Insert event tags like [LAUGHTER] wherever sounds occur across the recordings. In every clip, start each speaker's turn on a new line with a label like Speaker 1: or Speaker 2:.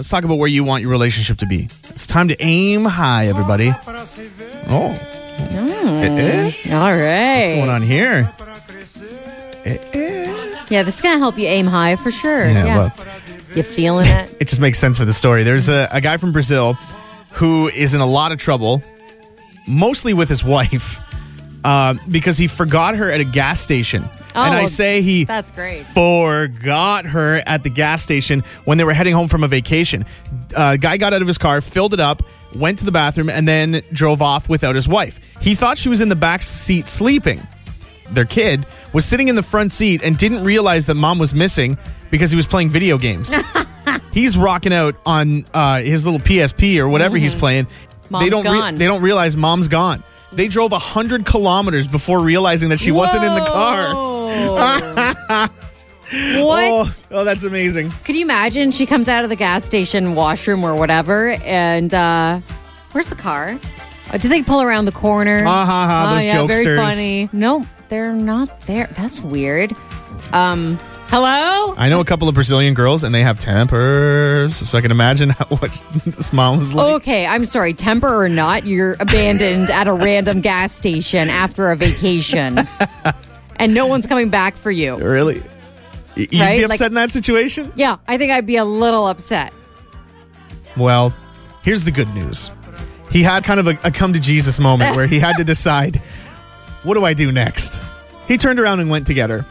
Speaker 1: Let's talk about where you want your relationship to be. It's time to aim high, everybody. Oh, Eh, eh? what's
Speaker 2: All right.
Speaker 1: going on here? Eh, eh.
Speaker 2: Yeah, this is gonna help you aim high for sure.
Speaker 1: Yeah,
Speaker 2: Yeah,
Speaker 1: well-
Speaker 2: you feeling it?
Speaker 1: it just makes sense for the story. There's a, a guy from Brazil who is in a lot of trouble, mostly with his wife, uh, because he forgot her at a gas station.
Speaker 2: Oh,
Speaker 1: and I
Speaker 2: well,
Speaker 1: say he
Speaker 2: that's great.
Speaker 1: forgot her at the gas station when they were heading home from a vacation. Uh, guy got out of his car, filled it up, went to the bathroom, and then drove off without his wife. He thought she was in the back seat sleeping their kid was sitting in the front seat and didn't realize that mom was missing because he was playing video
Speaker 2: [LAUGHS]
Speaker 1: games. he's rocking out on uh, his little PSP or whatever he's playing.
Speaker 2: Mm-hmm. Mom's
Speaker 1: they don't re-
Speaker 2: gone.
Speaker 1: they don't realize mom's gone. They drove 100 kilometers before realizing that she wasn't in the car.
Speaker 2: car.
Speaker 1: Oh,
Speaker 2: [LAUGHS] what?
Speaker 1: oh, that's amazing.
Speaker 2: Could you imagine? She comes out of the gas station washroom or whatever, and uh, where's the car? Uh, do they pull around the corner?
Speaker 1: Ah, ha, ha,
Speaker 2: Oh,
Speaker 1: those
Speaker 2: yeah,
Speaker 1: jokesters.
Speaker 2: Very funny. Nope, they're not there. That's weird. Um, hello.
Speaker 1: I know a couple of Brazilian girls and they have tempers, so I can imagine [LAUGHS] how, what this mom was like.
Speaker 2: Okay, I'm sorry. Temper or not, you're abandoned at a random gas station after a [LAUGHS] vacation, and no one's coming back for you.
Speaker 1: Really? Y- You'd
Speaker 2: Oh. Right?
Speaker 1: be
Speaker 2: Like-
Speaker 1: upset in that situation?
Speaker 2: Yeah, I think I'd be a little upset.
Speaker 1: Well, here's the good news. He had kind of a, a come to Jesus moment where he had
Speaker 2: [LAUGHS]
Speaker 1: to decide, what do I do next? He turned around and went to get her.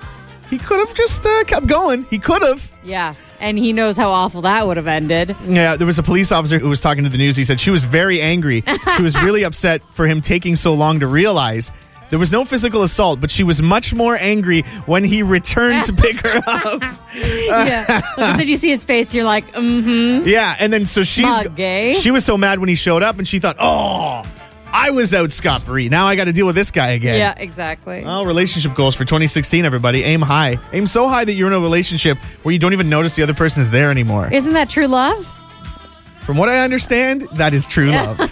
Speaker 1: He could have just uh, kept going. He could have.
Speaker 2: Yeah, and he knows how awful that would have ended.
Speaker 1: Yeah, there was a police officer who was talking to the news. He said she was very angry. She was
Speaker 2: [LAUGHS]
Speaker 1: really upset for him taking so long to realize. There was no physical assault, but she was much more angry when he returned to pick her
Speaker 2: [LAUGHS]
Speaker 1: up.
Speaker 2: [LAUGHS] yeah. Like, so you see his face, you're like, mm-hmm.
Speaker 1: Yeah, and then so she's
Speaker 2: Smug, eh?
Speaker 1: she was so mad when he showed up, and she thought, "Oh, I was out scot free. Now I got to deal with this guy again."
Speaker 2: Yeah, exactly.
Speaker 1: Well, relationship goals for 2016, everybody. Aim high. Aim so high that you're in a relationship where you don't even notice the other person is there anymore.
Speaker 2: Isn't that true love? [LAUGHS]
Speaker 1: From what I understand, that is true love.